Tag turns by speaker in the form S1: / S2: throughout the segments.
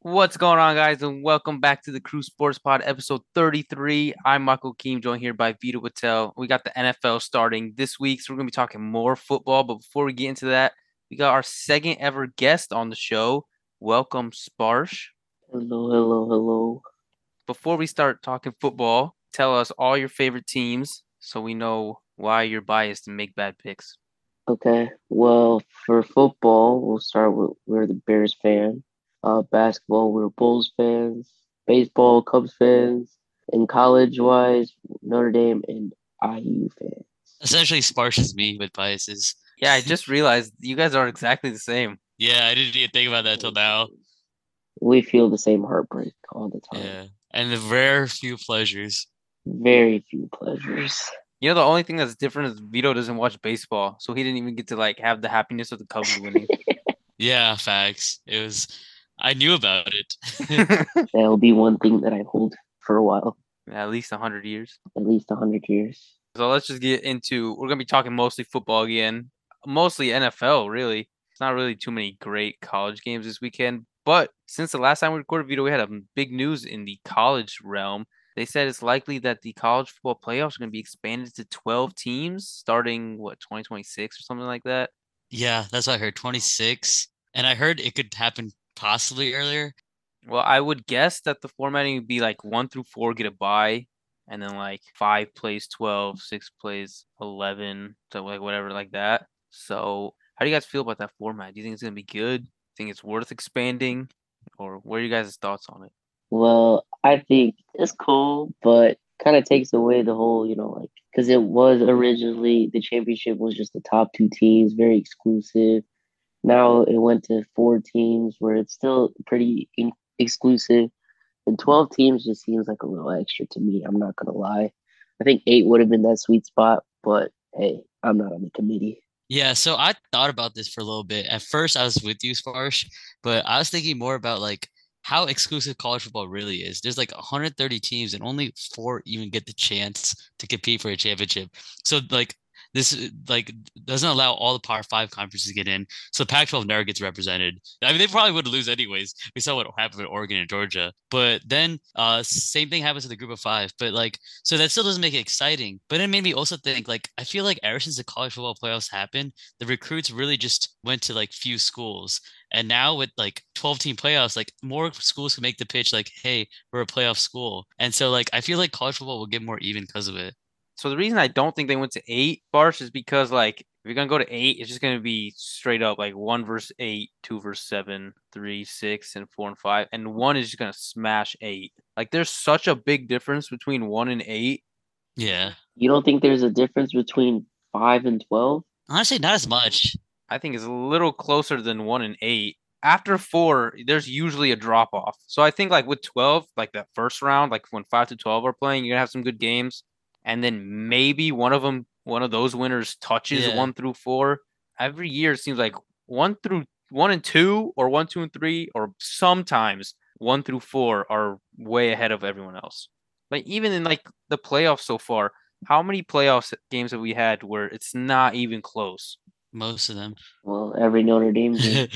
S1: What's going on, guys, and welcome back to the Crew Sports Pod, episode 33. I'm Michael Keem, joined here by Vito Patel. We got the NFL starting this week, so we're going to be talking more football. But before we get into that, we got our second ever guest on the show. Welcome, Sparsh.
S2: Hello, hello, hello.
S1: Before we start talking football, tell us all your favorite teams so we know why you're biased and make bad picks.
S2: Okay. Well, for football, we'll start with we're the Bears fan. Uh, basketball, we're Bulls fans. Baseball, Cubs fans. And college wise, Notre Dame and IU fans.
S3: Essentially, Sparsh is me with biases.
S1: Yeah, I just realized you guys are exactly the same.
S3: Yeah, I didn't even think about that till now.
S2: We feel the same heartbreak all the time.
S3: Yeah, and the rare few pleasures.
S2: Very few pleasures.
S1: You know, the only thing that's different is Vito doesn't watch baseball, so he didn't even get to like have the happiness of the Cubs winning.
S3: Yeah, facts. It was. I knew about it.
S1: At
S2: That'll be one thing that I hold for a while,
S1: least hundred years.
S2: at least a 100 years.
S1: So let's just get into we're gonna be talking mostly football again. Mostly NFL, really. It's not really too many great college games this weekend. But since the last time we recorded video, we had a m- big news in the college realm. They said it's likely that the college football playoffs are gonna be expanded to 12 teams starting what 2026 or something like that.
S3: yeah, that's what I heard. Twenty six, and I heard it could happen possibly earlier.
S1: Well, I would guess that the formatting would be like one through four get a bye, and then like five plays 12, six plays 11, so like whatever, like that. So, how do you guys feel about that format? Do you think it's going to be good? Think it's worth expanding, or what are you guys' thoughts on it?
S2: Well, I think it's cool, but kind of takes away the whole, you know, like because it was originally the championship was just the top two teams, very exclusive. Now it went to four teams, where it's still pretty in- exclusive, and twelve teams just seems like a little extra to me. I'm not gonna lie. I think eight would have been that sweet spot, but hey, I'm not on the committee.
S3: Yeah, so I thought about this for a little bit. At first, I was with you, Sparsh, but I was thinking more about like how exclusive college football really is. There's like 130 teams, and only four even get the chance to compete for a championship. So like this is- like doesn't allow all the Power Five conferences to get in. So Pac-12 never gets represented. I mean, they probably would lose anyways. We saw what happened with Oregon and Georgia. But then uh same thing happens to the Group of Five. But like so that still doesn't make it exciting. But it made me also think like I feel like ever since the college football playoffs happened, the recruits really just went to like few schools. And now with like 12 team playoffs, like more schools can make the pitch like, hey, we're a playoff school. And so like I feel like college football will get more even because of it.
S1: So the reason I don't think they went to eight bars is because like if you're gonna go to eight, it's just gonna be straight up like one verse eight, two verse seven, three, six, and four and five, and one is just gonna smash eight. Like there's such a big difference between one and eight.
S3: Yeah.
S2: You don't think there's a difference between five and twelve?
S3: Honestly, not as much.
S1: I think is a little closer than one and eight. After four, there's usually a drop off. So I think like with twelve, like that first round, like when five to twelve are playing, you're gonna have some good games, and then maybe one of them, one of those winners touches
S3: Yeah.
S1: one through four. Every year it seems like one through one and two, or one, two and three, or sometimes one through four are way ahead of everyone else. Like even in like the playoffs so far, how many playoffs games have we had where it's not even close?
S3: Most of them.
S2: Well, every Notre Dame game.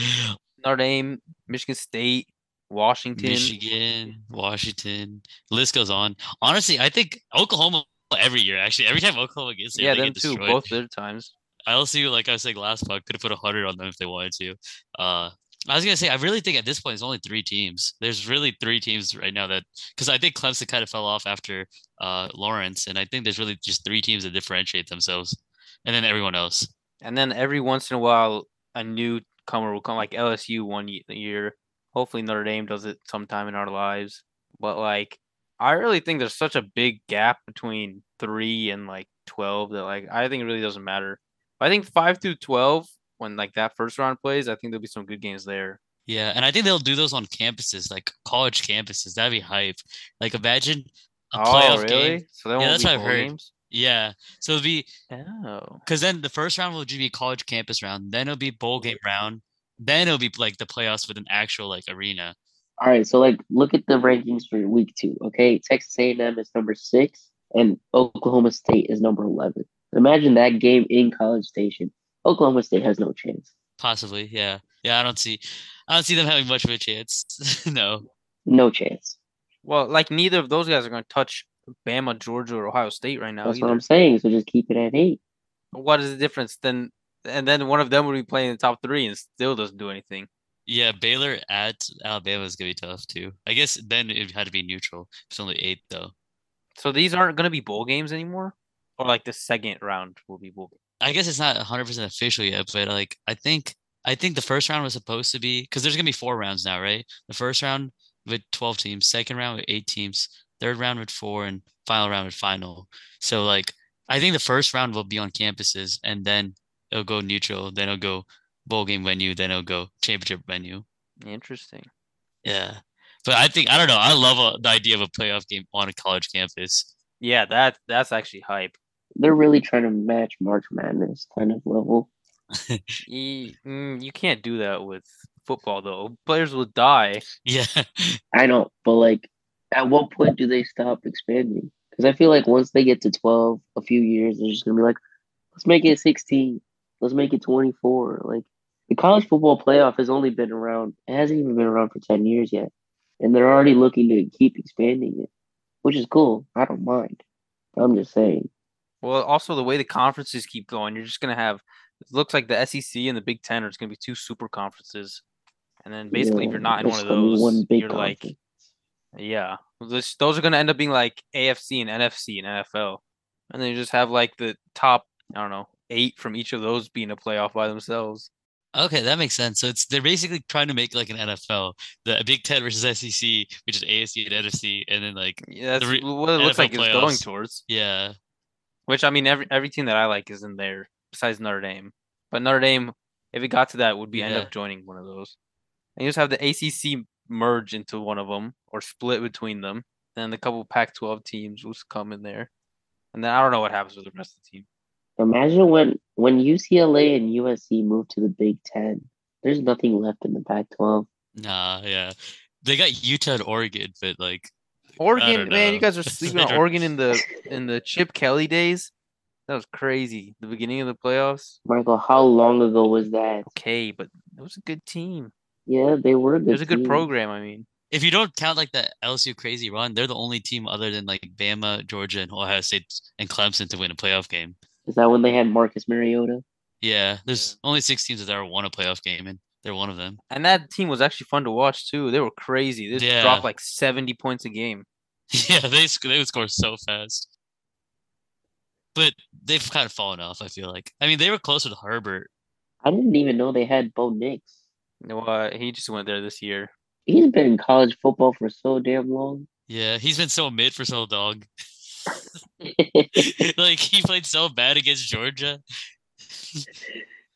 S1: Notre Dame, Michigan State, Washington.
S3: Michigan, Washington. List goes on. Honestly, I think Oklahoma every year. Actually, every time Oklahoma gets there,
S1: Yeah,
S3: they
S1: them
S3: get
S1: too.
S3: destroyed.
S1: Both their times.
S3: I also like I was saying last pod could have put hundred on them if they wanted to. Uh, I was gonna say I really think at this point it's only three teams. There's really three teams right now that because I think Clemson kind of fell off after uh, Lawrence, and I think there's really just three teams that differentiate themselves, and then everyone else.
S1: And then every once in a while, a newcomer will come, like LSU one ye- year. Hopefully, Notre Dame does it sometime in our lives. But like, I really think there's such a big gap between three and like 12 that like, I think it really doesn't matter. I think five through 12, when like that first round plays, I think there'll be some good games there.
S3: Yeah, and I think they'll do those on campuses, like college campuses. That'd be hype. Like imagine
S1: Oh,
S3: a playoff game.
S1: So that
S3: Yeah,
S1: won't
S3: that's
S1: be
S3: what I've
S1: bowl
S3: heard.
S1: games?
S3: Yeah, so it'll be
S1: Oh.
S3: Because then the first round will just be college campus round, then it'll be bowl game round, then it'll be like the playoffs with an actual like arena.
S2: All right, so like look at the rankings for week two. Okay, Texas A&M is number six, and Oklahoma State is number eleven. Imagine that game in College Station. Oklahoma State has no chance.
S3: Possibly, yeah, yeah. I don't see, I don't see them having much of a chance. no,
S2: No chance.
S1: Well, like neither of those guys are going to touch Bama, Georgia, or Ohio State right now.
S2: That's what
S1: either.
S2: I'm saying. So just keep it at eight.
S1: What is the difference? Then and then one of them would be playing in the top three and still doesn't do anything.
S3: yeah. Baylor at Alabama is gonna be tough too. I guess then it had to be neutral. It's only eight though.
S1: So these aren't going to be bowl games anymore, or like the second round will be bowl.
S3: I guess it's not 100 percent official yet, but like I think I think the first round was supposed to be because there's gonna be four rounds now, right? The first round with 12 teams, second round with eight teams, third round with four, and final round with final. So like I think the first round will be on campuses, and then it'll go neutral, then it'll go bowl game venue, then it'll go championship venue.
S1: Interesting.
S3: Yeah, but I think I don't know. I love uh the idea of a playoff game on a college campus.
S1: Yeah, that that's actually hype.
S2: They're really trying to match March Madness kind of level.
S1: E- mm, You can't do that with football though. Players will die.
S3: Yeah,
S2: I know, but like, at what point do they stop expanding? Because I feel like once they get to 12, a few years, they're just going to be like, let's make it 16. Let's make it 24. Like, the college football playoff has only been around, it hasn't even been around for 10 years yet. And they're already looking to keep expanding it, which is cool. I don't mind. I'm just saying.
S1: Well, also the way the conferences keep going, you're just gonna have. It looks like the SEC and the Big Ten are just gonna be two super conferences, and then basically if you're not in one of those, you're like, yeah, this, those are gonna end up being like AFC and NFC and NFL, and then you just have like the top, I don't know, eight from each of those being a playoff by themselves.
S3: Okay, that makes sense. So it's they're basically trying to make like an NFL, the Big Ten versus SEC, which is ASC and NFC, and then like
S1: Yeah, that's
S3: re-
S1: what it looks
S3: NFL
S1: like it's going
S3: playoffs.
S1: towards.
S3: yeah,
S1: Which I mean, every every team that I like is in there besides Notre Dame. But Notre Dame, if it got to that, would be end
S3: Yeah.
S1: up joining one of those. And you just have the ACC merge into one of them or split between them. Then the couple Pac-12 teams will come in there, and then I don't know what happens with the rest of the team.
S2: Imagine when when UCLA and USC move to the Big Ten. There's nothing left in the Pac-12.
S3: nah, yeah. They got Utah and Oregon, but like
S1: Oregon, man, you
S3: know.
S1: guys are sleeping on
S3: They're-
S1: Oregon in the in the Chip Kelly days. That was crazy. The beginning of the playoffs.
S2: Michael, how long ago was that?
S1: Okay, but it was a good team.
S2: Yeah, they were. A good
S1: It was a good
S2: team.
S1: program. I mean,
S3: if you don't count like that LSU crazy run, they're the only team other than like Bama, Georgia, and Ohio State and Clemson to win a playoff game.
S2: Is that when they had Marcus Mariota?
S3: Yeah, there's only six teams that ever won a playoff game, and they're one of them.
S1: And that team was actually fun to watch too. They were crazy. They just dropped
S3: Yeah.
S1: like seventy points a game.
S3: Yeah, they sc- they would score so fast. But they've kind of fallen off. I feel like. I mean, they were close with Herbert.
S2: I didn't even know they had Bo Nix.
S1: No, uh, he just went there this year.
S2: He's been in college football for so damn long.
S3: Yeah, he's been so mid for so long. like he played so bad against Georgia.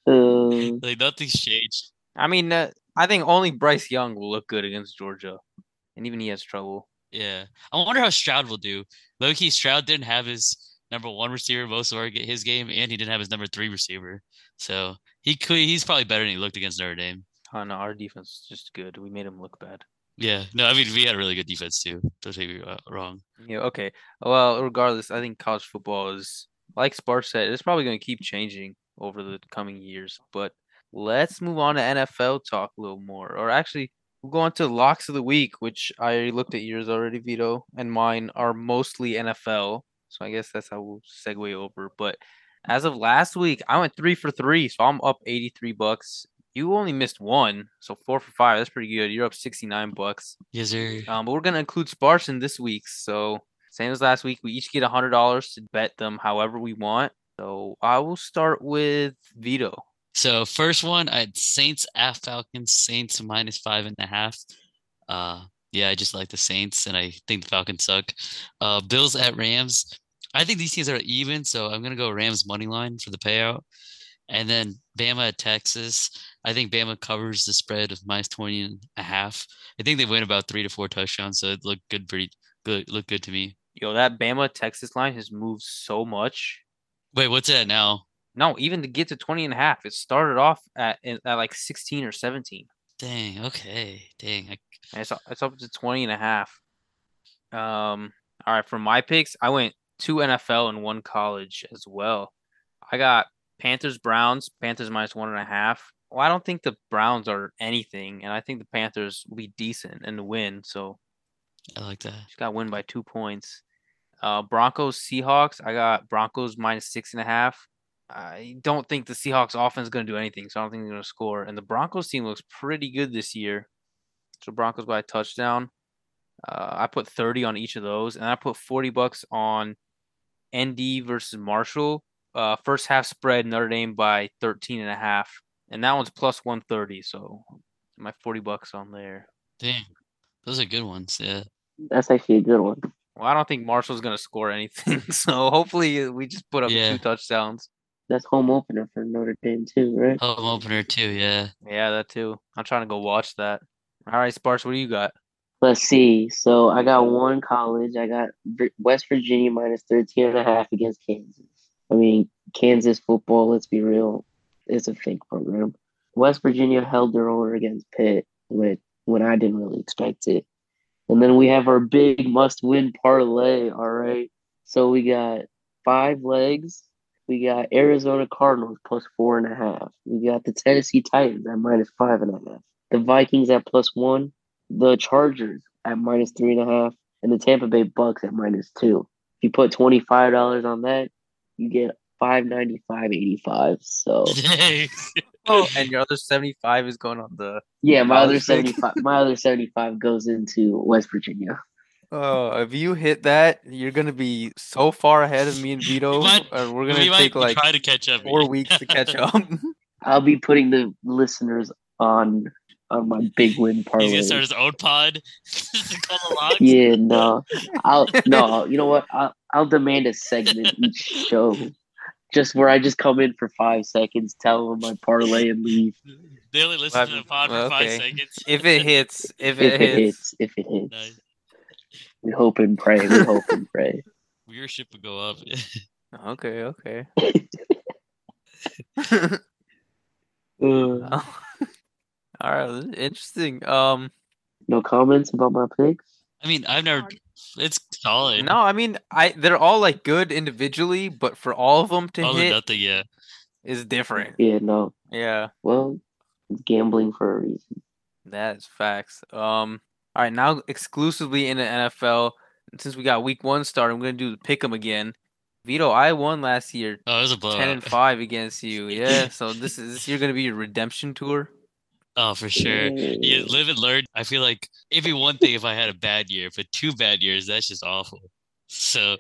S2: Uh,
S3: Like nothing's changed.
S1: I mean, uh, I think only Bryce Young will look good against Georgia, and even he has trouble.
S3: Yeah, I wonder how Stroud will do. Loki Stroud didn't have his number one receiver most of our ga- his game, and he didn't have his number three receiver. So he could. He's probably better than he looked against Notre Dame.
S1: Oh no, our defense is just good. We made him look bad.
S3: Yeah. No, I mean we had a really good defense too. Don't take me uh, wrong.
S1: Yeah. Okay. Well, regardless, I think college football is like Spark said. It's probably going to keep changing over the coming years. But let's move on to NFL talk a little more, or actually. We'll go on to locks of the week, which I looked at yours already, Vito, and mine are mostly NFL. So I guess that's how we'll segue over. But as of last week, I went three for three, so I'm up 83 bucks. You only missed one, so four for five. That's pretty good. You're up 69 bucks.
S3: Yes, sir.
S1: Um, but we're gonna include Sparks in this week. So same as last week, we each get hundred dollars to bet them however we want. So I will start with Vito.
S3: So first one, I had Saints at Falcons, Saints minus five and a half. Uh yeah, I just like the Saints and I think the Falcons suck. Uh Bills at Rams. I think these teams are even, so I'm gonna go Rams money line for the payout. And then Bama at Texas. I think Bama covers the spread of minus 20 and a half. I think they win about three to four touchdowns, so it looked good pretty good looked good to me.
S1: Yo, that Bama Texas line has moved so much.
S3: Wait, what's it at now?
S1: No, even to get to 20 and a half, it started off at in- at like 16 or 17.
S3: Dang, okay. Dang. I,
S1: And it's up- it's up to 20 and a half. Um all right, for my picks, I went two NFL and one college as well. I got Panthers Browns, Panthers minus one and a half. well, I don't think the Browns are anything, and I think the Panthers will be decent and win. So
S3: I like that.
S1: just got to win by two points. Uh, Broncos Seahawks. I got Broncos minus six and a half. I don't think the Seahawks offense is going to do anything, so I don't think they're going to score. And the Broncos team looks pretty good this year. So Broncos by a touchdown. Uh, I put 30 on each of those, and I put 40 bucks on ND versus Marshall. Uh, first half spread Notre Dame by 13 and a half, and that one's plus 130. So my 40 bucks on there.
S3: Damn, those are good ones. Yeah,
S2: That's actually a good one.
S1: Well, I don't think Marshall's going to score anything, so hopefully we just put up
S3: Yeah.
S1: two touchdowns.
S2: That's home opener for Notre Dame too, right?
S3: home opener too. Yeah,
S1: Yeah, that too. I'm trying to go watch that. All right, Sparks, what do you got?
S2: Let's see. So I got one college. I got Vir- West Virginia minus 13 and a half against Kansas. I mean, Kansas football, let's be real, it's a fake program. West Virginia held their own against Pitt when, when I didn't really expect it. And then we have our big must win parlay. All right. So we got five legs. We got Arizona Cardinals plus four and a half. We got the Tennessee Titans at minus five and a half. The Vikings at plus one the Chargers at minus three and a half, and the Tampa Bay Bucks at minus two. If you put twenty five dollars on that, you get five ninety five eighty five. So
S1: Oh, and your other 75 is going on the.
S2: yeah, my
S1: I
S2: other
S1: was thinking-
S2: seventy five, my other seventy five goes into West Virginia.
S1: Oh, if you hit that, you're gonna be so far ahead of me and Vito.
S3: might-
S1: uh, we're
S3: we
S1: gonna
S3: might
S1: take like
S3: try to catch up.
S1: four weeks to catch up.
S2: I'll be putting the listeners on on my big win parlay.
S3: He's gonna start his own pod. Call the locks.
S2: Yeah, no, I'll no. You know what? I'll I'll demand a segment each show, just where I just come in for five seconds, tell them my parlay, and leave.
S3: They only listen to the pod for five
S1: Okay.
S3: seconds.
S1: if it hits, if it
S2: If it
S1: hits,
S2: hits, if it hits.
S3: Nice.
S2: We hope and pray. We hope and pray.
S3: viewership would go up.
S1: okay, okay.
S2: Uh,
S1: All right, this is interesting. Um,
S2: no comments about my picks.
S3: I mean, I've never. It's solid.
S1: no, I mean, I they're all like good individually, but for all of them to
S3: All or
S1: hit
S3: nothing. Yeah.
S1: is different.
S2: Yeah, no.
S1: Yeah,
S2: Well, it's gambling for a reason.
S1: that's facts. Um, all right, now exclusively in the NFL, since we got week one started, I'm gonna do the pick 'em again. Vito, I won last year
S3: Oh, it was a blowout.
S1: ten and five against you. Yeah, so this is this year gonna be your redemption tour.
S3: Oh, for sure. Yeah,
S2: Yeah.
S3: live and learn. I feel like it'd be one thing if I had a bad year, but two bad years, that's just awful. So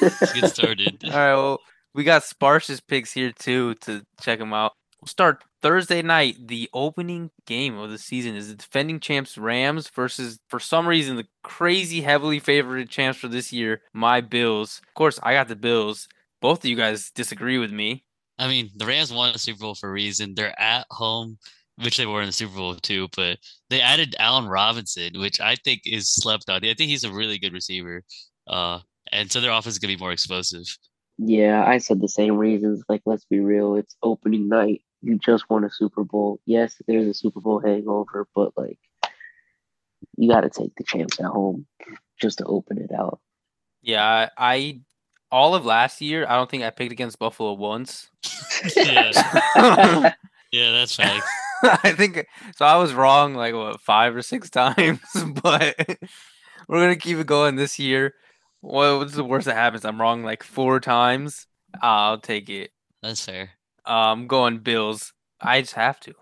S3: let's get started.
S1: All right, well, we got Sparse's picks here too to check them out. We'll start Thursday night. The opening game of the season is the defending champs Rams versus, for some reason, the crazy heavily favored champs for this year, my Bills. Of course, I got the Bills. Both of you guys disagree with me.
S3: I mean, the Rams won the Super Bowl for a reason. They're at home, which they were in the Super Bowl too, but they added Allen Robinson, which I think is slept on. I think he's a really good receiver. Uh, and so their offense is going to be more explosive.
S2: Yeah, I said the same reasons. Like, let's be real. It's opening night. You just won a Super Bowl. Yes, there's a Super Bowl hangover, but like, you got to take the champs at home just to open it out.
S1: Yeah, I, I all of last year, I don't think I picked against Buffalo once.
S3: yeah, yeah, that's fact.
S1: I think so. I was wrong like what five or six times, but we're gonna keep it going this year. What- What's the worst that happens? I'm wrong like four times. I'll take it.
S3: That's fair.
S1: Um, going Bills. I just have to.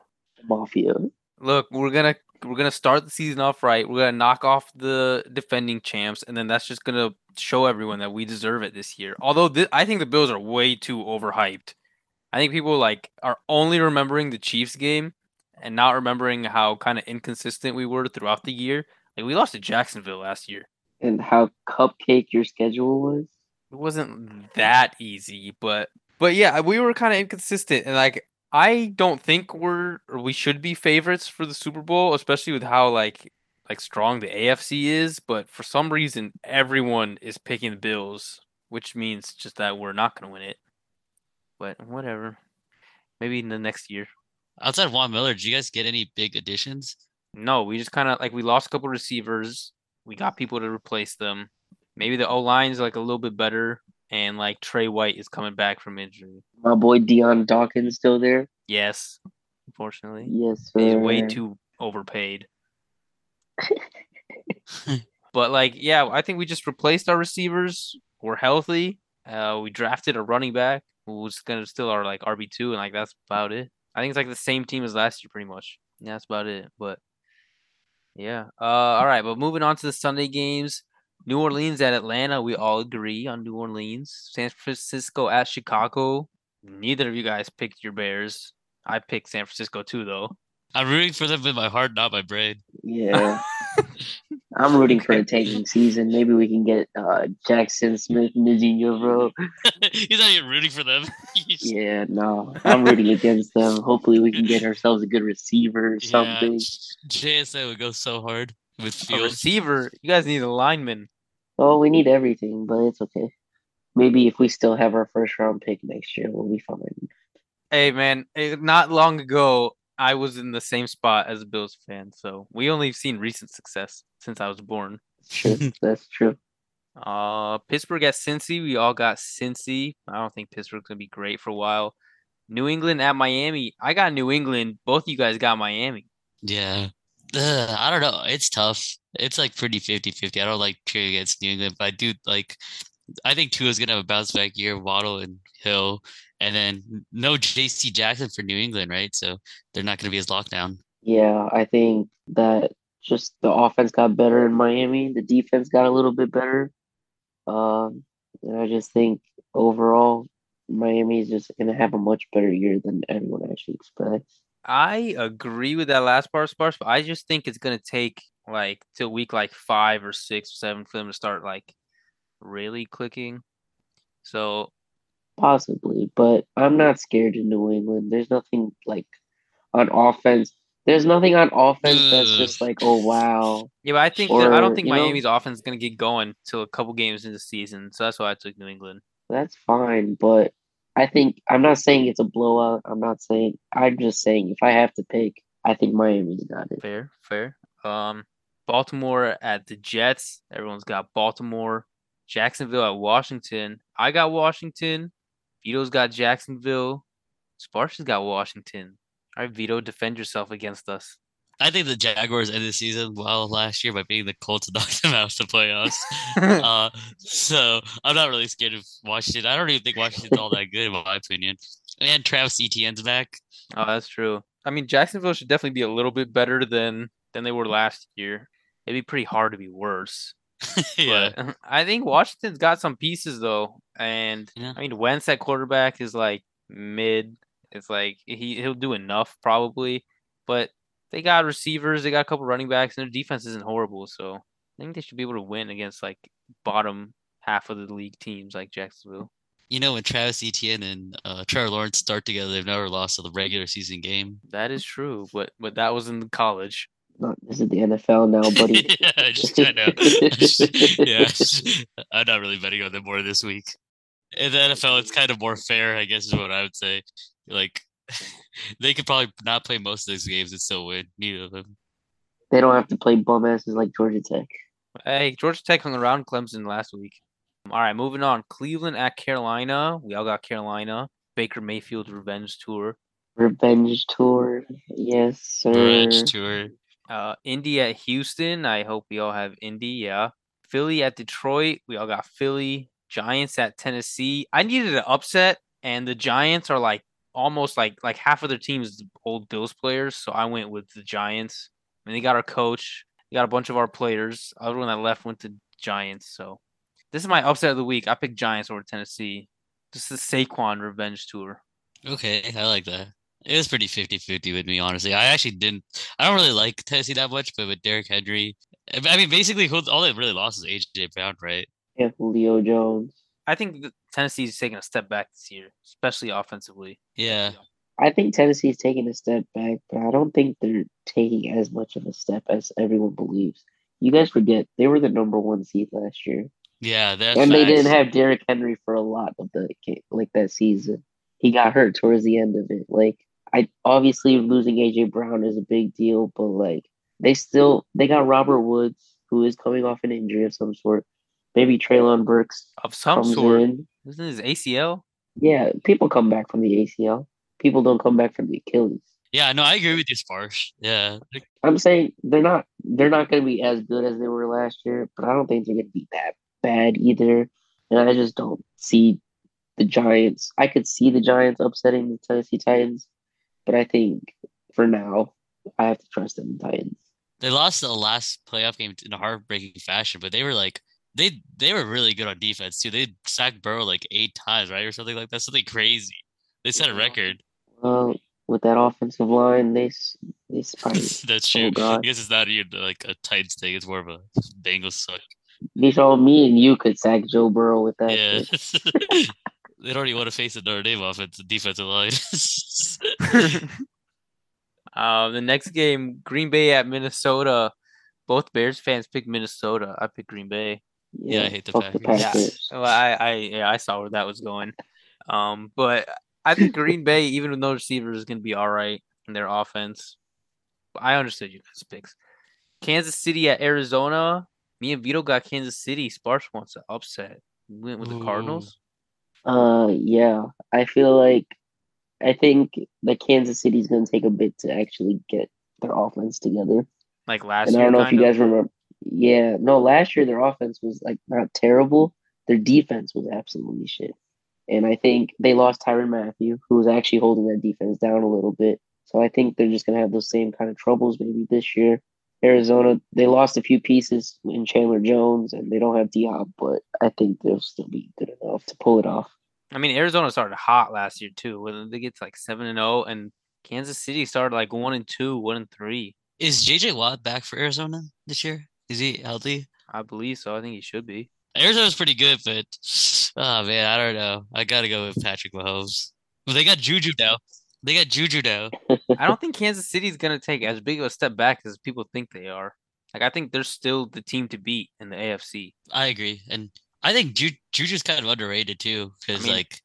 S2: Mafia.
S1: Look, we're gonna we're gonna start the season off right. We're gonna knock off the defending champs, and then that's just gonna show everyone that we deserve it this year. Although thi- I think the Bills are way too overhyped. I think people like are only remembering the Chiefs game and not remembering how kind of inconsistent we were throughout the year. Like we lost to Jacksonville last year.
S2: And how cupcake your schedule was.
S1: It wasn't that easy, but but yeah, we were kind of inconsistent and like I don't think we're or we should be favorites for the Super Bowl, especially with how like like strong the AFC is, but for some reason everyone is picking the Bills, which means just that we're not going to win it. But whatever. Maybe in the next year.
S3: Outside Juan Miller, did you guys get any big additions?
S1: No, we just kind of like we lost a couple receivers. We got people to replace them. Maybe the O line's like a little bit better, and like Trey White is coming back from injury.
S2: My boy Dion Dawkins still there.
S1: Yes, unfortunately.
S2: Yes, sir.
S1: He's way too overpaid. but like, yeah, I think we just replaced our receivers. We're healthy. Uh, we drafted a running back who's gonna still our like RB two, and like that's about it. I think it's like the same team as last year, pretty much. And that's about it. But yeah, uh, all right. But moving on to the Sunday games. New Orleans at Atlanta. We all agree on New Orleans. San Francisco at Chicago. Neither of you guys picked your Bears. I picked San Francisco too, though.
S3: I'm rooting for them with my heart, not my brain.
S2: Yeah. I'm rooting for a tanking season. Maybe we can get uh, Jackson Smith, Nzinho, bro.
S3: He's not even rooting for them. He's-
S2: Yeah, no. I'm rooting against them. Hopefully we can get ourselves a good receiver or
S3: yeah,
S2: something.
S3: JSA would go so hard with
S1: A
S3: Fields.
S1: receiver. You guys need a lineman.
S2: Oh, we need everything, but it's okay. Maybe if we still have our first round pick next year, we'll be fine.
S1: Hey man, eh, not long ago I was in the same spot as a Bills fan, so we only have seen recent success since I was born.
S2: True. That's true.
S1: Uh, Pittsburgh at Cincy. We all got Cincy. I don't think Pittsburgh's gonna be great for a while. New England at Miami. I got New England. Both you guys got Miami.
S3: Yeah. Ugh, I don't know. It's tough. It's like pretty 50 50. I don't like cheering against New England, but I do like, I think Tua's going to have a bounce back year, Waddle and Hill. And then no JC Jackson for New England, right? So they're not going to be as locked down.
S2: Yeah, I think that just the offense got better in Miami. The defense got a little bit better. Um, and I just think overall, Miami is just going to have a much better year than everyone actually expects.
S1: I agree with that last part, Sparks, but I just think it's gonna take like till week like five or six or seven for them to start like really clicking. So
S2: Possibly, but I'm not scared in New England. There's nothing like on offense. There's nothing on offense that's
S3: Ugh.
S2: just like, oh wow.
S1: Yeah, but I think that, I don't
S2: Or,
S1: think
S2: you know-
S1: Miami's offense is going to get going till a couple games in the season. So that's why I took New England.
S2: That's fine, but I think I'm not saying it's a blowout. I'm not saying I'm just saying if I have to pick, I think Miami's got it.
S1: Fair, fair. Um, Baltimore at the Jets. Everyone's got Baltimore. Jacksonville at Washington. I got Washington. Vito's got Jacksonville. Sparks has got Washington. All right, Vito, defend yourself against us.
S3: I think the Jaguars ended the season well last year by beating the Colts and knocked them out of the playoffs. uh, so I'm not really scared of Washington. I don't even think Washington's all that good, in my opinion. And Travis Etienne's back.
S1: Oh, that's true. I mean, Jacksonville should definitely be a little bit better than than they were last year. It'd be pretty hard to be worse.
S3: yeah.
S1: But uh, I think Washington's got some pieces though, and
S3: Yeah.
S1: I mean Wentz at quarterback is like mid. It's like he he'll do enough probably, but they got receivers, they got a couple running backs, and their defense isn't horrible. So I think they should be able to win against like bottom half of the league teams like Jacksonville.
S3: You know, when Travis Etienne and uh, Trevor Lawrence start together, they've never lost to the regular season game.
S1: That is true, but but that was in college.
S2: Not this is the NFL now, buddy.
S3: yeah, I just, I know. yeah, I'm not really betting on them more this week. In the NFL, it's kind of more fair, I guess, is what I would say. Like, they could probably not play most of these games and still win. Neither of them.
S2: They don't have to play bum asses like Georgia Tech.
S1: Hey, Georgia Tech hung around Clemson last week. All right, moving on. Cleveland at Carolina. We all got Carolina. Baker Mayfield revenge tour.
S2: Revenge tour. Yes, sir.
S3: Revenge tour.
S1: Uh, Indy at Houston. I hope we all have Indy. Yeah. Philly at Detroit. We all got Philly. Giants at Tennessee. I needed an upset, and the Giants are like almost like like half of their team is old Bills players. So I went with the Giants. And they got our coach. They got a bunch of our players. Other one that left went to Giants. So this is my upset of the week. I picked Giants over Tennessee. This is the Saquon revenge tour.
S3: Okay, I like that. It was pretty 50 50 with me, honestly. I actually didn't, I don't really like Tennessee that much, but with Derrick Henry, I I mean, basically, who- all they really lost is AJ Brown, right?
S2: Yeah, Julio Jones.
S1: I think that Tennessee's taking a step back this year, especially offensively.
S3: Yeah.
S2: I think Tennessee's taking a step back, but I don't think they're taking as much of a step as everyone believes. You guys forget they were the number one seed last year,
S3: Yeah. That's
S2: and they didn't
S3: facts.
S2: have Derrick Henry for a lot of the ga- like that season. He got hurt towards the end of it. Like I obviously losing AJ Brown is a big deal, but like they still they got Robert Woods who is coming off an injury of some sort. Maybe Traylon Burks
S1: Of some
S2: comes
S1: sort.
S2: in.
S1: Isn't his ACL?
S2: Yeah, people come back from the ACL. People don't come back from the Achilles.
S3: Yeah, no, I agree with you, Sparsh. Yeah, like,
S2: I'm saying they're not they're not going to be as good as they were last year, but I don't think they're going to be that bad either. And I just don't see the Giants. I could see the Giants upsetting the Tennessee Titans, but I think for now I have to trust in the Titans.
S3: they lost the last playoff game in a heartbreaking fashion, but they were like they they were really good on defense too. They sacked Burrow like eight times, right, or something like that. Something crazy. They set a
S2: Yeah.
S3: record.
S2: Well, with that offensive line, they s- they spice.
S3: That's true. I
S2: Oh, God.
S3: guess it's not even like a Titans thing. It's more of a Bengals suck.
S2: Vishal, me and you could sack Joe Burrow with that.
S3: Yeah.
S2: shit.
S3: they don't even want to face the Notre Dame offense defensive line.
S1: Uh, the next game, Green Bay at Minnesota. Both Bears fans picked Minnesota. I picked Green Bay.
S3: Yeah, I hate the
S2: fuck
S3: Packers.
S1: Yeah. Well, I, I yeah, I saw where that was going. Um, but I think Green Bay, even with no receivers, is gonna be all right in their offense. But I understood you guys' picks. Kansas City at Arizona. Me and Vito got Kansas City. Sparks wants an upset. We went with the Cardinals.
S2: Uh, yeah. I feel like I think that Kansas City's going to take a bit to actually get their offense together.
S1: Like last
S2: and I
S1: year.
S2: don't know if
S1: kind
S2: you
S1: of.
S2: guys remember. Yeah, no, last year their offense was like not terrible. Their defense was absolutely shit. And I think they lost Tyron Matthew, who was actually holding that defense down a little bit. So I think they're just going to have those same kind of troubles maybe this year. Arizona, they lost a few pieces in Chandler Jones, and they don't have Diop, but I think they'll still be good enough to pull it off.
S1: I mean, Arizona started hot last year too. When they get to like seven and zero, and Kansas City started like one and two, one and three.
S3: Is JJ Watt back for Arizona this year? Is he healthy?
S1: I believe so. I think he should be.
S3: Arizona's pretty good, but oh man, I don't know. I gotta go with Patrick Mahomes. Well, they got Juju now. They got Juju now.
S1: I don't think Kansas City's gonna take as big of a step back as people think they are. Like I think they're still the team to beat in the AFC.
S3: I agree, and I think Ju- Juju's kind of underrated too, because
S1: mean-
S3: like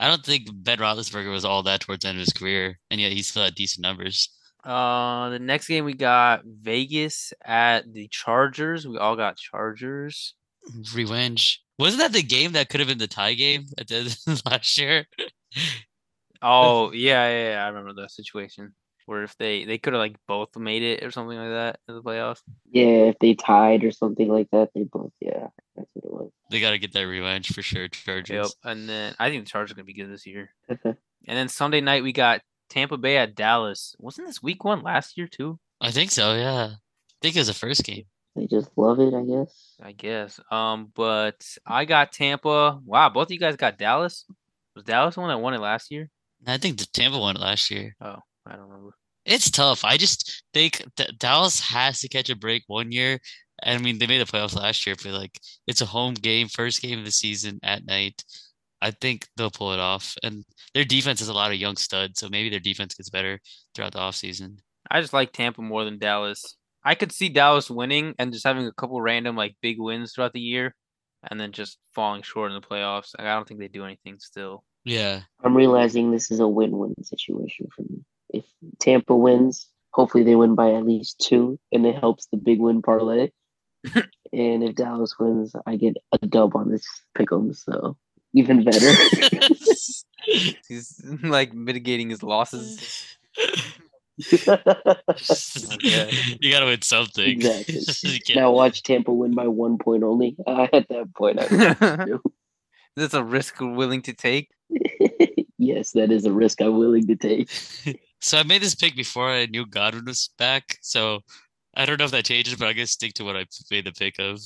S3: I don't think Ben Roethlisberger was all that towards the end of his career, and yet he still had decent numbers.
S1: Uh, the next game we got Vegas at the Chargers. We all got Chargers.
S3: Revenge wasn't that the game that could have been the tie game at the end of last year?
S1: Oh yeah, yeah, yeah. I remember that situation where if they they could have like both made it or something like that in the playoffs.
S2: Yeah, if they tied or something like that, they both, yeah, that's what it was.
S3: They got to get that revenge for sure.
S1: Yep.
S3: Chargers.
S1: And then I think the Chargers are gonna be good this year. And then Sunday night we got Tampa Bay at Dallas. Wasn't this week one last year too?
S3: I think so. Yeah, I think it was the first game.
S2: They just love it, I guess.
S1: I guess. Um, but I got Tampa. Wow, both of you guys got Dallas. Was Dallas the one that won it last year?
S3: I think the Tampa won it last year.
S1: I don't remember.
S3: It's tough. I just think that Dallas has to catch a break one year. I mean, they made the playoffs last year, but like it's a home game, first game of the season at night. I think they'll pull it off. And their defense has a lot of young studs, so maybe their defense gets better throughout the offseason.
S1: I just like Tampa more than Dallas. I could see Dallas winning and just having a couple random like big wins throughout the year, and then just falling short in the playoffs. Like, I don't think they do anything still.
S3: Yeah.
S2: I'm realizing this is a win-win situation for me. If Tampa wins, hopefully they win by at least two, and it helps the big win parlay. and if Dallas wins, I get a dub on this pick'em, so even better.
S1: He's like mitigating his losses. Okay.
S3: You gotta win something.
S2: exactly.
S3: You can't-
S2: Now watch Tampa win by one point only. Uh, at that point, I
S1: That's a risk we're willing to take.
S2: yes, that is a risk I'm willing to take.
S3: So I made this pick before I knew Godwin was back. So I don't know if that changes, but I'm gonna stick to what I made the pick of.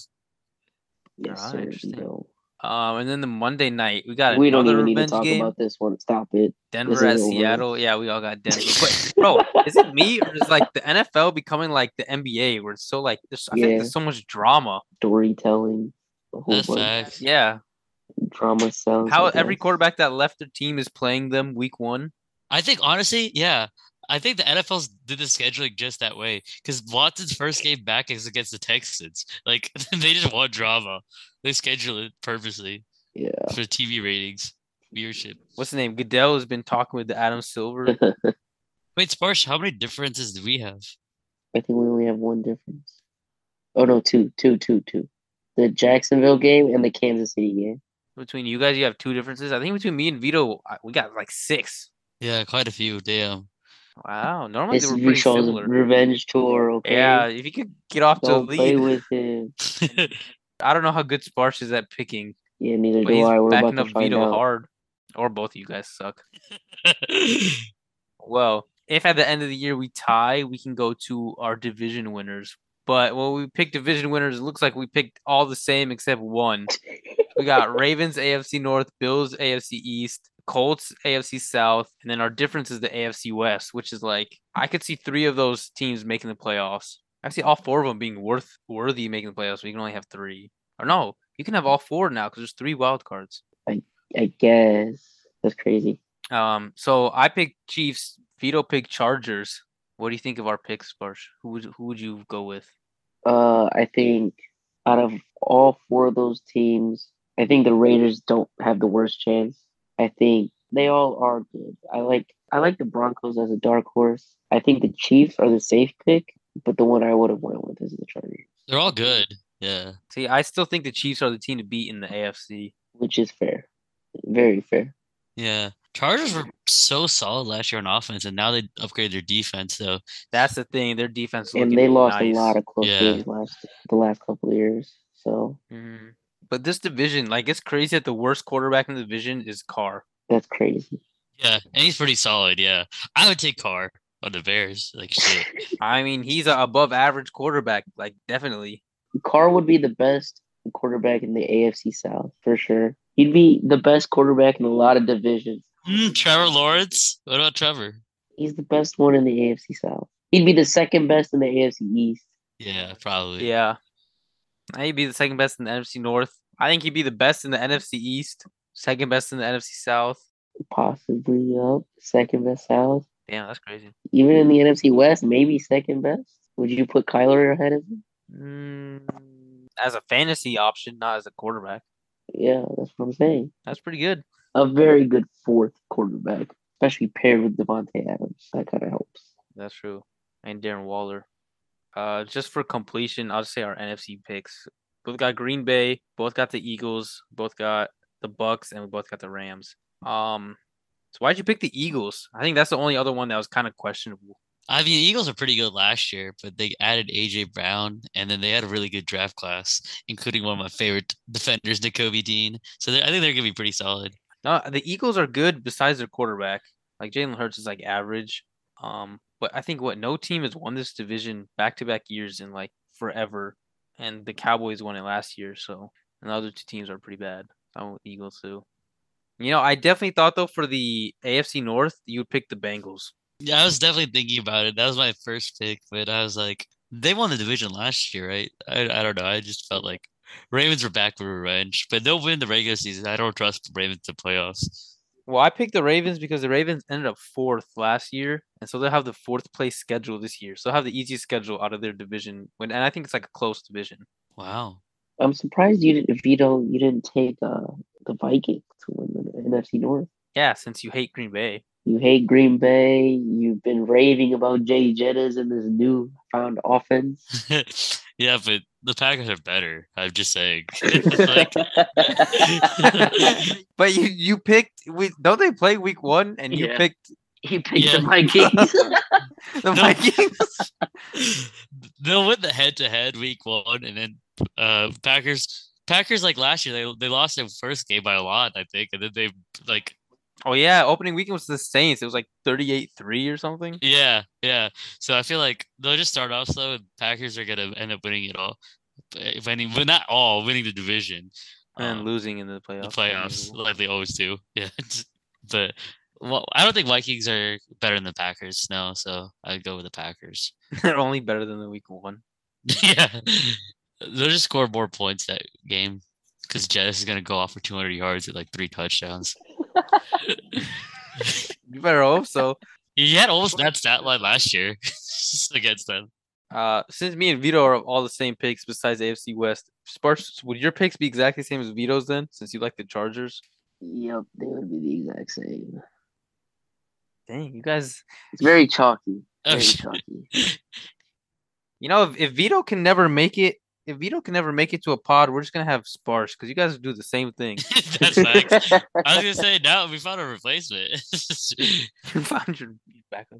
S2: Yes,
S1: Ah,
S2: sir.
S1: interesting.
S2: No.
S1: Um, and then the Monday night we got
S2: We don't
S1: another
S2: even need to
S1: revenge
S2: talk
S1: game.
S2: about this one. Stop it.
S1: Denver
S2: isn't
S1: at
S2: over with.
S1: Seattle. Yeah, we all got Denver. But bro, is it me or is like the NFL becoming like the NBA where it's so like there's I feel like
S2: Yeah.
S1: there's so much drama.
S2: Storytelling. A whole
S3: That's
S2: bunch.
S3: facts.
S1: Yeah.
S2: drama sounds.
S1: How
S2: like
S1: every
S2: that.
S1: quarterback that left their team is playing them week one.
S3: I think honestly, yeah. I think the NFL's did the scheduling just that way because Watson's first game back is against the Texans. Like they just want drama. They schedule it purposely
S2: Yeah.
S3: for TV ratings, viewership.
S1: What's the name? Goodell has been talking with Adam Silver.
S3: Wait, Sparsh, how many differences do we have?
S2: I think we only have one difference. Oh no, two, two, two, two. The Jacksonville game and the Kansas City game.
S1: between you guys, you have two differences. I think between me and Vito, I- we got like six.
S3: Yeah, quite a few. Damn.
S1: Wow. Normally
S2: It's
S1: they were pretty
S2: Richel's
S1: similar.
S2: revenge tour. Okay.
S1: Yeah, if you could get off to a
S2: Don't play
S1: lead,
S2: with him.
S1: I don't know how good Sparsh is at picking,
S2: Yeah, neither
S1: but
S2: do
S1: he's
S2: I. We're about
S1: backing
S2: to
S1: up
S2: find
S1: Vito
S2: out.
S1: hard. Or both of you guys suck. Well, if at the end of the year we tie, we can go to our division winners. But when we pick division winners, it looks like we picked all the same except one. We got Ravens AFC North, Bills AFC East, Colts AFC South, and then our difference is the AFC West, which is like I could see three of those teams making the playoffs. I see all four of them being worth worthy of making the playoffs. We can only have three, or no, you can have all four now because there's three wild cards.
S2: I guess that's crazy.
S1: Um, so I picked Chiefs. Vito picked Chargers. What do you think of our picks, Barsh? Who would who would you go with?
S2: Uh, I think out of all four of those teams, I think the Raiders don't have the worst chance. I think they all are good. I like I like the Broncos as a dark horse. I think the Chiefs are the safe pick, but the one I would have went with is the Chargers,
S3: They're all good. Yeah.
S1: See, I still think the Chiefs are the team to beat in the AFC.
S2: which is fair, very fair.
S3: Yeah. Chargers were so solid last year on offense, and now they upgraded their defense. So
S1: That's the thing. Their defense is
S2: and
S1: looking
S2: they lost
S1: nice.
S2: a lot of close
S3: Yeah.
S2: games last the last couple of years. So
S1: Mhm. But this division, like, it's crazy that the worst quarterback in the division is Carr.
S2: that's crazy.
S3: yeah, and he's pretty solid. Yeah, I would take Carr on the Bears. Like shit.
S1: I mean, he's a above average quarterback, like, definitely.
S2: Carr would be the best quarterback in the AFC South for sure. He'd be the best quarterback in a lot of divisions.
S3: Mm, Trevor Lawrence. What about Trevor?
S2: He's the best one in the AFC South. He'd be the second best in the AFC East.
S3: Yeah, probably.
S1: Yeah. I think He'd be the second best in the NFC North. I think he'd be the best in the NFC East, second best in the NFC South.
S2: Possibly up second best South.
S1: Damn, that's crazy.
S2: Even in the NFC West, maybe second best. Would you put Kyler ahead of him?
S1: Mm, as a fantasy option, not as a quarterback.
S2: Yeah, that's what I'm saying.
S1: That's pretty good.
S2: A very good fourth quarterback, especially paired with Devontae Adams. That kind of helps.
S1: That's true. And Darren Waller. Uh, just for completion, I'll just say our NFC picks. Both got Green Bay, both got the Eagles, both got the Bucks, and we both got the Rams. Um, so why'd you pick the Eagles? I think that's the only other one that was kind of questionable.
S3: I mean, Eagles are pretty good last year, but they added AJ Brown, and then they had a really good draft class, including one of my favorite defenders, N'Kobe Dean. So they're- I think they're gonna be pretty solid.
S1: No, the Eagles are good besides their quarterback. Like Jalen Hurts is like average. Um, but I think what no team has won this division back to back years in like forever, and the Cowboys won it last year. So and the other two teams are pretty bad. I went with the Eagles too. You know, I definitely thought though for the AFC North, you would pick the Bengals.
S3: Yeah, I was definitely thinking about it. That was my first pick, but I was like, they won the division last year, right? I, I don't know. I just felt like Ravens were back for revenge, but they'll win the regular season. I don't trust the Ravens to playoffs.
S1: Well, I picked the Ravens because the Ravens ended up fourth last year, and so they'll have the fourth place schedule this year. So they'll have the easiest schedule out of their division. When and I think it's like a close division.
S3: Wow.
S2: I'm surprised you didn't, Vito, you didn't take uh, the Vikings to win the NFC North.
S1: Yeah, since you hate Green Bay.
S2: You hate Green Bay. You've been raving about Jay Jettas and this new found offense.
S3: yeah, but the Packers are better. I'm just saying. It's like-
S1: But you you picked we don't they play week one and you
S2: Yeah.
S1: picked
S2: he picked
S3: Yeah.
S2: the Vikings.
S1: the Vikings.
S3: They'll win the head to head week one, and then uh Packers. Packers like last year, they they lost their first game by a lot, I think, and then they like
S1: oh yeah, opening weekend was the Saints. It was like 38-3 or something.
S3: yeah yeah. So I feel like they'll just start off slow, and Packers are gonna end up winning it all, But winning but not all, winning the division,
S1: And
S3: um,
S1: losing in the playoffs.
S3: the
S1: is
S3: playoffs
S1: unbelievable.
S3: like they always do. Yeah, but well, I don't think Vikings are better than the Packers. No, so I'd go with the Packers.
S1: They're only better than the week one.
S3: yeah, they'll just score more points that game because Jettis is gonna go off for 200 yards with like three touchdowns.
S1: You better hope so.
S3: he had almost that stat line last year against them.
S1: Uh, since me and Vito are all the same picks besides AFC West, Sparks, would your picks be exactly the same as Vito's then? Since you like the Chargers,
S2: yep, they would be the exact same.
S1: dang, you guys.
S2: It's very chalky.
S3: Oh,
S2: Very
S3: shit.
S2: chalky.
S1: You know, if, if Vito can never make it, if Vito can never make it to a pod, we're just gonna have Sparks because you guys do the same thing.
S3: That's facts. I was gonna say now we found a replacement.
S1: you found your backup.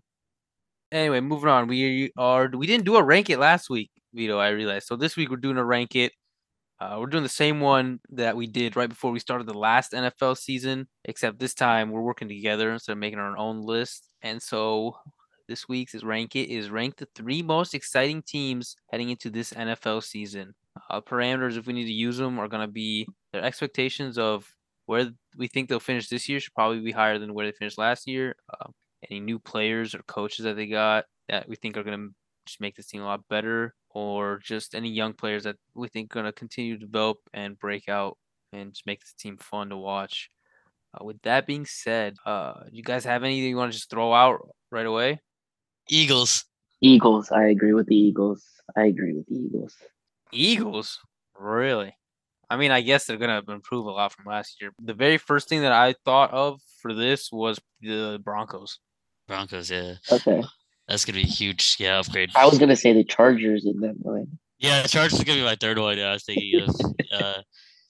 S1: Anyway, moving on. We are we didn't do a rank it last week, Vito. I realized. So this week we're doing a rank it. Uh, we're doing the same one that we did right before we started the last NFL season, except this time we're working together instead of making our own list. And so this week's is rank it is rank the three most exciting teams heading into this NFL season. Uh, parameters, if we need to use them, are going to be their expectations of where we think they'll finish this year should probably be higher than where they finished last year. Uh, any new players or coaches that they got that we think are going to just make this team a lot better, or just any young players that we think are going to continue to develop and break out and just make this team fun to watch. Uh, with that being said, uh, you guys have anything you want to just throw out right away?
S3: Eagles.
S2: Eagles. I agree with the Eagles. I agree with the Eagles.
S1: Eagles, really? I mean, I guess they're gonna improve a lot from last year. The very first thing that I thought of for this was the Broncos.
S3: Broncos, yeah.
S2: Okay.
S3: That's gonna be a huge yeah upgrade.
S2: I was gonna say the Chargers in that one.
S3: Yeah, the Chargers is gonna be my third one. Yeah, I was thinking of. Uh,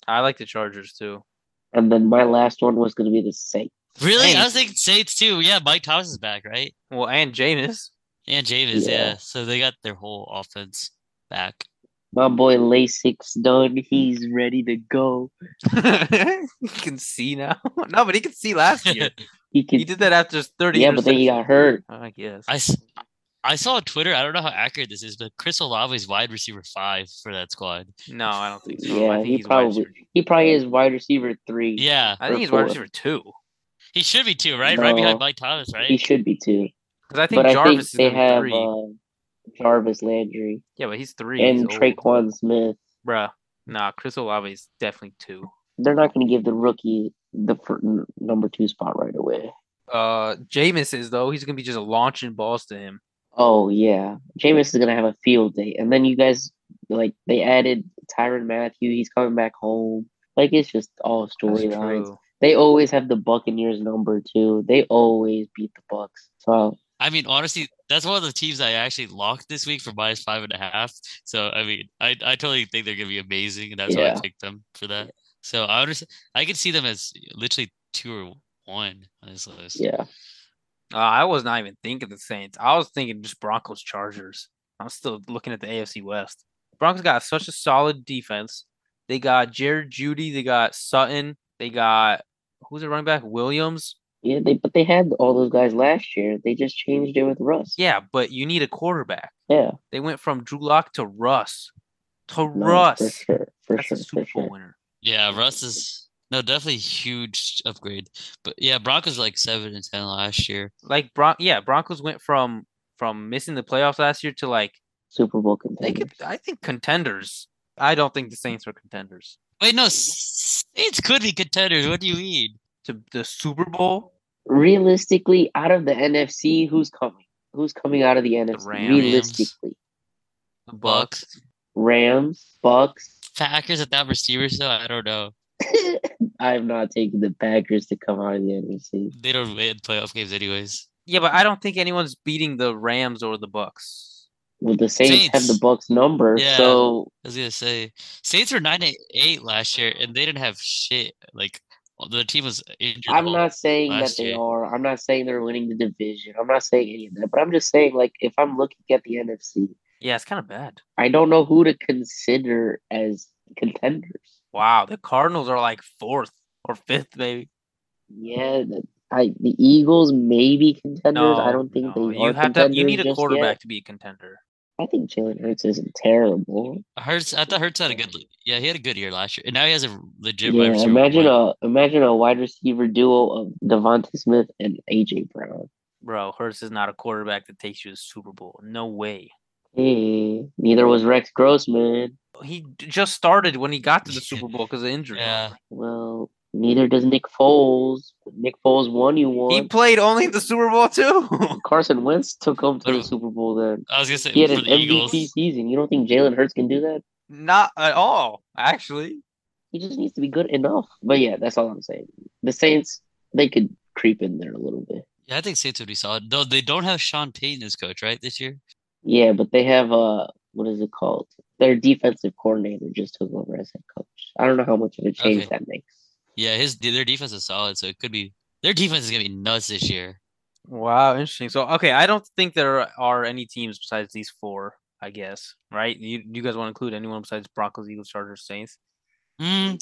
S1: I like the Chargers too.
S2: And then my last one was gonna be the Saints.
S3: really, I was thinking Saints too. Yeah, Mike Thomas is back, right?
S1: Well, and Jameis.
S3: And Jameis, yeah.
S2: Yeah.
S3: So they got their whole offense back.
S2: My boy Lasix done. He's ready to go.
S1: he can see now. No, but he can see last year.
S2: He can.
S1: he did that after his thirty.
S2: yeah, but then he
S1: interceptions.
S2: got hurt.
S1: I guess.
S3: I, s- I saw on Twitter. I don't know how accurate this is, but Chris Olave's wide receiver five for that squad.
S1: no, I don't think so. I
S2: Yeah,
S1: think
S2: he
S1: he's wide
S2: probably
S1: receiver-
S2: he probably is wide receiver three.
S3: Yeah,
S1: I think he's
S2: four.
S1: wide receiver two.
S3: he should be too, right? Right behind
S2: No.
S3: Mike Thomas, right?
S2: he should be too.
S1: Because I think
S2: But I think
S1: Jarvis
S2: they
S1: is number
S2: have
S1: three.
S2: uh, Jarvis Landry
S1: yeah, but he's three. He's
S2: and
S1: old.
S2: Traquan Smith.
S1: Bruh. Nah, Chris Olave is definitely two.
S2: They're not going to give the rookie the fir- n- number two spot right away.
S1: Uh, Jameis is though. He's gonna be just launching balls to him.
S2: Oh yeah, Jameis is going to have a field day. And then you guys like they added Tyron Matthew. He's coming back home. Like it's just all
S1: That's
S2: storylines.
S1: true.
S2: They always have the Buccaneers number two. They always beat the Bucks. So
S3: I mean, honestly, that's one of the teams I actually locked this week for minus five and a half. So I mean, I, I totally think they're gonna be amazing, and that's why
S2: Yeah.
S3: I picked them for that. So I understand. I could see them as literally two or one on this list.
S2: yeah,
S1: Uh, I was not even thinking the Saints. I was thinking just Broncos Chargers. I'm still looking at the AFC West. Broncos got such a solid defense. They got Jared Judy. They got Sutton. They got who's the running back? Williams.
S2: yeah. They but they had all those guys last year. They just changed it with Russ.
S1: Yeah, but you need a quarterback.
S2: yeah.
S1: They went from Drew Lock to Russ. To
S2: No,
S1: Russ.
S2: for sure, for
S1: That's
S2: sure,
S1: a
S2: for
S1: Super Bowl
S2: sure.
S1: winner.
S3: Yeah, Russ is no definitely huge upgrade. But yeah, Broncos were like seven and ten last year.
S1: Like Bron- yeah, Broncos went from from missing the playoffs last year to like
S2: Super Bowl
S1: they
S2: contender.
S1: could I think contenders. I don't think the Saints were contenders.
S3: Wait, no, S- Saints could be contenders. What do you mean?
S1: To the Super Bowl,
S2: Realistically, out of the NFC, who's coming? Who's coming out of the NFC?
S1: Rams.
S2: Realistically,
S1: the
S3: Bucks.
S1: Bucks.
S2: Rams, Bucks.
S3: Packers at that receiver, so I don't know.
S2: I'm not taking the Packers to come out of the NFC.
S3: They don't win playoff games anyways.
S1: Yeah, but I don't think anyone's beating the Rams or the Bucks.
S2: Well, the Saints, have the
S3: Saints.
S2: Bucks number,
S3: Yeah.
S2: so
S3: I was gonna say Saints were nine and eight last year, and they didn't have shit. Like the team was injured. the
S2: I'm
S3: whole-
S2: not saying that
S3: last
S2: they
S3: year.
S2: are. I'm not saying they're winning the division. I'm not saying any of that. But I'm just saying, like, if I'm looking at the NFC,
S1: Yeah, it's kind of bad.
S2: I don't know who to consider as contenders.
S1: Wow, the Cardinals are like fourth or fifth, maybe.
S2: Yeah, the, I the Eagles may be contenders.
S1: No,
S2: I don't think
S1: no,
S2: they
S1: you
S2: are
S1: have to.
S2: contenders
S1: You need a
S2: just
S1: quarterback to be a contender.
S2: Yet. I think Jalen Hurts isn't terrible.
S3: Hurts. I thought Hurts had a good. le- Yeah, he had a good year last year, and now he has a legit. wide
S2: Yeah,
S3: receiver
S2: imagine
S3: one.
S2: a imagine a wide receiver duo of Devonta Smith and AJ Brown.
S1: Bro, Hurts is not a quarterback that takes you to the Super Bowl. No way.
S2: Hey, neither was Rex Grossman.
S1: He d- just started when he got to the Super Bowl because of injury.
S3: Yeah.
S2: Well, neither does Nick Foles. Nick Foles won you
S1: He
S2: one.
S1: played only in the Super Bowl too.
S2: Carson Wentz took him to the
S3: Literally.
S2: Super Bowl. Then
S3: I was gonna say
S2: he had
S3: for
S2: an
S3: the
S2: MVP
S3: Eagles.
S2: season. You don't think Jalen Hurts can do that?
S1: not at all, actually.
S2: he just needs to be good enough. But yeah, that's all I'm saying. The Saints, they could creep in there a little bit.
S3: Yeah, I think Saints would be solid. Though they don't have Sean Payton as coach, right? This year.
S2: Yeah, but they have uh what is it called? Their defensive coordinator just took over as head coach. I don't know how much of a change
S3: Okay.
S2: that makes.
S3: Yeah, his their defense is solid, so it could be their defense is gonna be nuts this year.
S1: Wow, interesting. So, okay, I don't think there are any teams besides these four. I guess, right? You, you guys want to include anyone besides Broncos, Eagles, Chargers, Saints?
S3: Mm,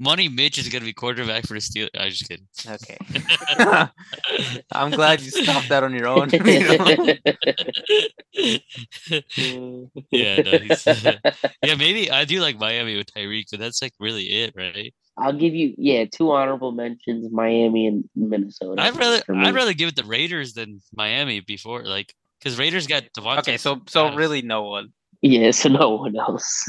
S3: Money Mitch is gonna be quarterback for the Steelers. I'm just kidding.
S1: Okay. I'm glad you stopped that on your own. you know?
S3: yeah, Oh, no, he's- yeah, maybe I do like Miami with Tyreek, but that's like really it, right?
S2: I'll give you yeah two honorable mentions: Miami and Minnesota.
S3: I'd rather
S2: for me.
S3: I'd rather give it to Raiders than Miami before, like, because Raiders got Devontae.
S1: Okay, so so
S3: Adams.
S1: really no one.
S2: yeah, so no one else.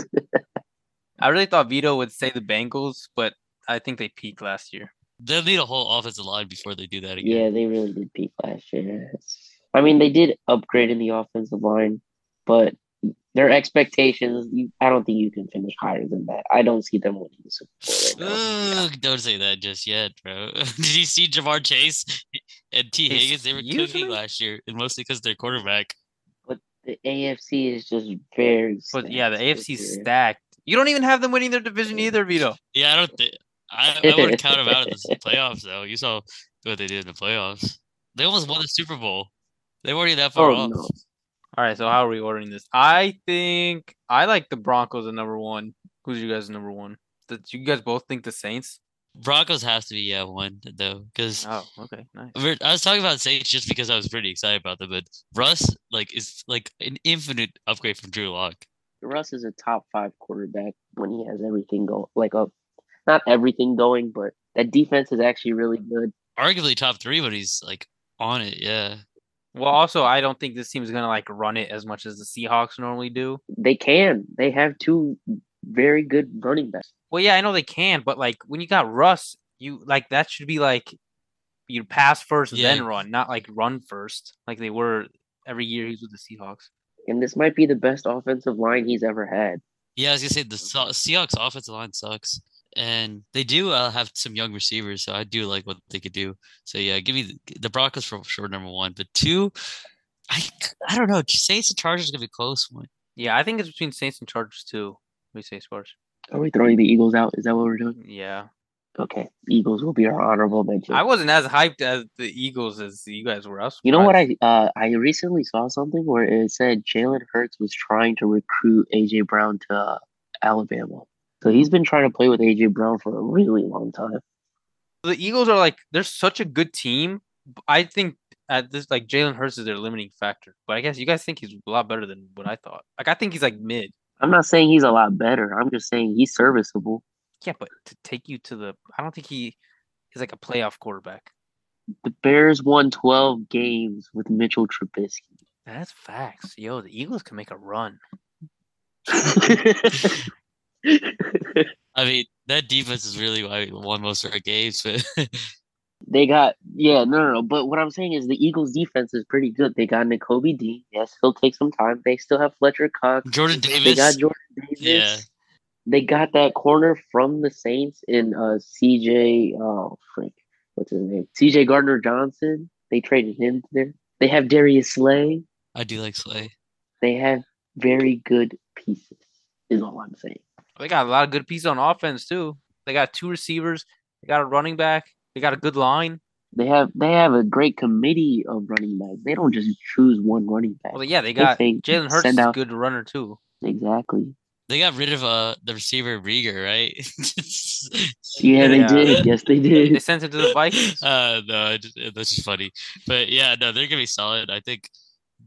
S1: I really thought Vito would say the Bengals, but I think they peaked last year.
S3: they'll need a whole offensive line before they do that again.
S2: Yeah, they really did peak last year. It's- I mean, they did upgrade in the offensive line, but their expectations, you, I don't think you can finish higher than that. I don't see them winning the Super Bowl right now.
S3: Ugh, don't say that just yet, bro. Did you see Jamar Chase and T.
S1: Excuse
S3: Higgins? They were cooking
S1: me?
S3: last year, and mostly because their quarterback.
S2: The AFC is just very.
S1: But yeah, the
S2: stacked this
S1: AFC's
S2: year.
S1: stacked. You don't even have them winning their division either, Vito.
S3: Yeah, I don't think I, I wouldn't count him out of the playoffs though. You saw what they did in the playoffs. They almost won the Super Bowl. They weren't even that far
S2: Oh,
S3: off.
S2: no.
S1: All right, so how are we ordering this? I think I like the Broncos at number one. Who's you guys number one? Did you guys both think the Saints?
S3: Broncos has to be yeah one though because
S1: Oh, okay, nice.
S3: I was talking about Saints just because I was pretty excited about them, but Russ like is like an infinite upgrade from Drew Lock.
S2: Russ is a top five quarterback when he has everything going. Like, a, not everything going, but that defense is actually really good.
S3: Arguably top three, but he's like on it. Yeah,
S1: Well, also, I don't think this team's gonna like run it as much as the Seahawks normally do.
S2: They can. They have two very good running backs.
S1: Well, yeah, I know they can, but like when you got Russ, you like that should be like you pass first,
S3: Yeah.
S1: then run, not like run first, like they were every year he's with the Seahawks.
S2: and this might be the best offensive line he's ever had.
S3: yeah. I was gonna say the Se- Seahawks offensive line sucks, and they do uh, have some young receivers, so I do like what they could do. So yeah, give me the, the Broncos for sure number one, but two, I I don't know. Saints and Chargers gonna be a close one.
S1: Yeah, I think it's between Saints and Chargers too. We say scores.
S2: Are we throwing the Eagles out? Is that what we're doing?
S1: Yeah,
S2: Okay, Eagles will be our honorable mention.
S1: I wasn't as hyped as the Eagles as you guys were. I was
S2: you know what?
S1: surprised.
S2: I uh, I recently saw something where it said Jalen Hurts was trying to recruit AJ Brown to uh, Alabama. So he's been trying to play with AJ Brown for a really long time.
S1: the Eagles are like they're such a good team. b- I think at this like Jalen Hurts is their limiting factor, but I guess you guys think he's a lot better than what I thought. Like I think he's like mid.
S2: I'm not saying he's a lot better. I'm just saying he's serviceable.
S1: Yeah, but to take you to the, I don't think he is like a playoff quarterback.
S2: The Bears won 12 games with Mitchell
S1: That's facts. Yo, the Eagles can make a run.
S2: Trubisky.
S3: I mean, that defense is really why we won most of our games. But
S2: They got yeah, no, no, no. But what I'm saying is the Eagles' defense is pretty good. They got N'Kobe Dean. Yes, he'll take some time. They still have Fletcher Cox.
S3: Jordan
S2: They
S3: Davis,
S2: got Jordan Davis.
S3: Yeah.
S2: They got that corner from the Saints in uh, CJ. Oh, frick, what's his name? CJ Gardner Johnson. They traded him there. They have Darius Slay.
S3: I do like Slay.
S2: They have very good pieces. Is all I'm saying.
S1: They got a lot of good pieces on offense too. They got two receivers. They got a running back. They got a good line.
S2: They have they have a great committee of running backs. They don't just choose one running back.
S1: Well, yeah, they got
S2: think
S1: Jalen Hurts is
S2: send
S1: a
S2: out-
S1: good runner too.
S2: Exactly.
S3: They got rid of uh the receiver Rieger, right?
S2: Yeah, they
S1: Yeah.
S2: did. Yes, they did.
S1: They sent him to the Vikings.
S3: Uh, no, I just- that's just funny. But yeah, no, they're gonna be solid. I think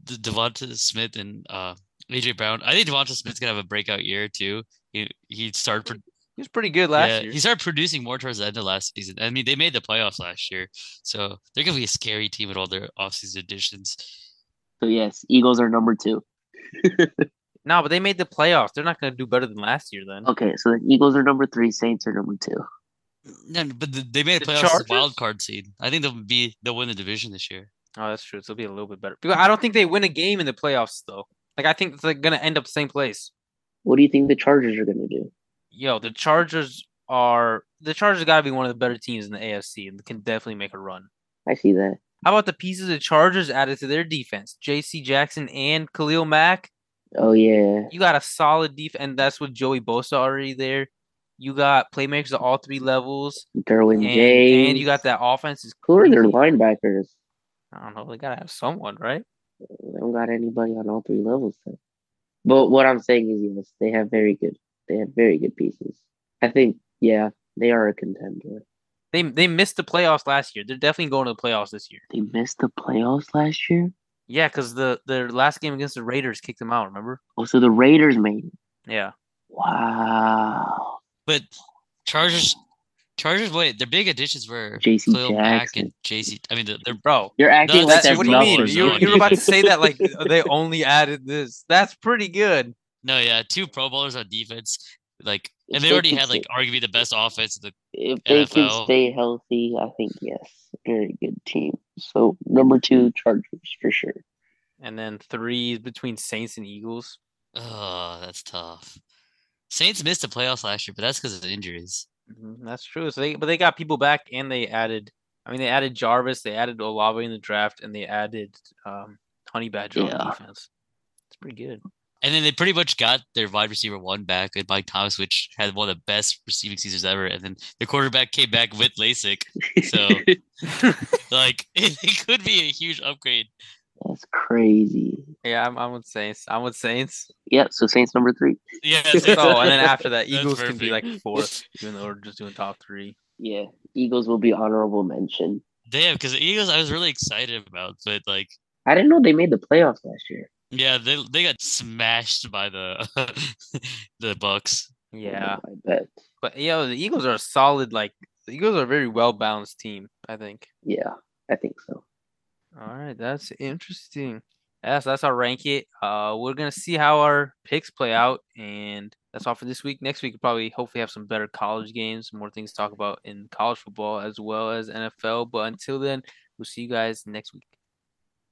S3: the Devonta Smith and uh AJ Brown. I think Devonta Smith's gonna have a breakout year too. He he started pro-
S1: He was pretty good last
S3: yeah,
S1: year.
S3: he started producing more towards the end of last season. I mean, they made the playoffs last year, so they're gonna be a scary team with all their offseason additions.
S2: So yes, Eagles are number two.
S1: No, but they made the playoffs. They're not going to do better than last year then.
S2: Okay, so the Eagles are number three, Saints are number two.
S3: No, no, but th- they made the
S1: The
S3: playoffs as a
S1: Chargers?
S3: wild card seed. I think they'll be they'll win the division this year.
S1: Oh, that's true. So it'll be a little bit better. Because I don't think they win a game in the playoffs though. Like I think it's like, going to end up same place.
S2: What do you think the Chargers are gonna do?
S1: Yo, the Chargers are the Chargers got to be one of the better teams in the AFC and can definitely make a run.
S2: I see that.
S1: How about the pieces the Chargers added to their defense? J.C. Jackson and Khalil Mack.
S2: Oh yeah.
S1: You got a solid defense, and that's with Joey Bosa already there. You got playmakers at all three levels,
S2: Derwin
S1: and,
S2: James.
S1: and you got that offense is
S2: who are their
S1: crazy.
S2: linebackers?
S1: I don't know. They gotta have someone, right?
S2: They don't got anybody on all three levels. Though. But what I'm saying is, yes, they have very good. They have very good pieces. I think, yeah, they are a contender.
S1: They they missed the playoffs last year. They're definitely going to the playoffs this year.
S2: They missed the playoffs last year.
S1: Yeah, because the their last game against the Raiders kicked them out. Remember?
S2: Oh, so the Raiders made it.
S1: Yeah.
S2: Wow.
S3: But Chargers, Chargers. Wait, their big additions were
S2: JC
S3: Khalil Mack
S2: Jackson.
S3: and JC. I mean, the, their
S1: Bro,
S2: You're acting
S3: No,
S2: like
S3: that's-
S2: that's
S1: what do you mean?
S2: numbers,
S1: You,
S2: man.
S1: you were about to say that like uh, they only added this. That's pretty good.
S3: no, yeah, two Pro Bowlers on defense. Like, and they already had like arguably the best offense. in The,
S2: if they can
S3: NFL.
S2: stay healthy, I think yes, very good team. So number two, Chargers for sure.
S1: And then three is between Saints and Eagles.
S3: oh, that's tough. Saints missed the playoffs last year, but that's because of injuries.
S1: Mhm, That's true. So they but they got people back and they added I mean they added Jarvis, they added Olave in the draft, and they added um Honey Badger
S2: Yeah.
S1: on defense. It's pretty good.
S3: And then they pretty much got their wide receiver one back with Mike Thomas, which had one of the best receiving seasons ever. And then the quarterback came back with LASIK. So, like, it, it could be a huge upgrade.
S2: That's crazy.
S1: Yeah, I'm, I'm with Saints. I'm with Saints.
S2: Yeah, so Saints number three.
S3: Yeah.
S1: So Oh, and then after that,
S3: That's
S1: Eagles can be like
S3: perfect.
S1: fourth, even though we're just doing top three.
S2: Yeah, Eagles will be honorable mention.
S3: Damn, because the Eagles, I was really excited about, but like,
S2: I didn't know they made the playoffs last year.
S3: yeah, they they got smashed by the the Bucks.
S1: Yeah.
S2: I bet.
S1: But yeah, the Eagles are a solid like the Eagles are a very well balanced team, I think.
S2: Yeah, I think so.
S1: All right, that's interesting. That's that's our rank it. Uh, we're gonna see how our picks play out, and that's all for this week. Next week, we'll probably hopefully have some better college games, more things to talk about in college football as well as NFL. But until then, we'll see you guys next week.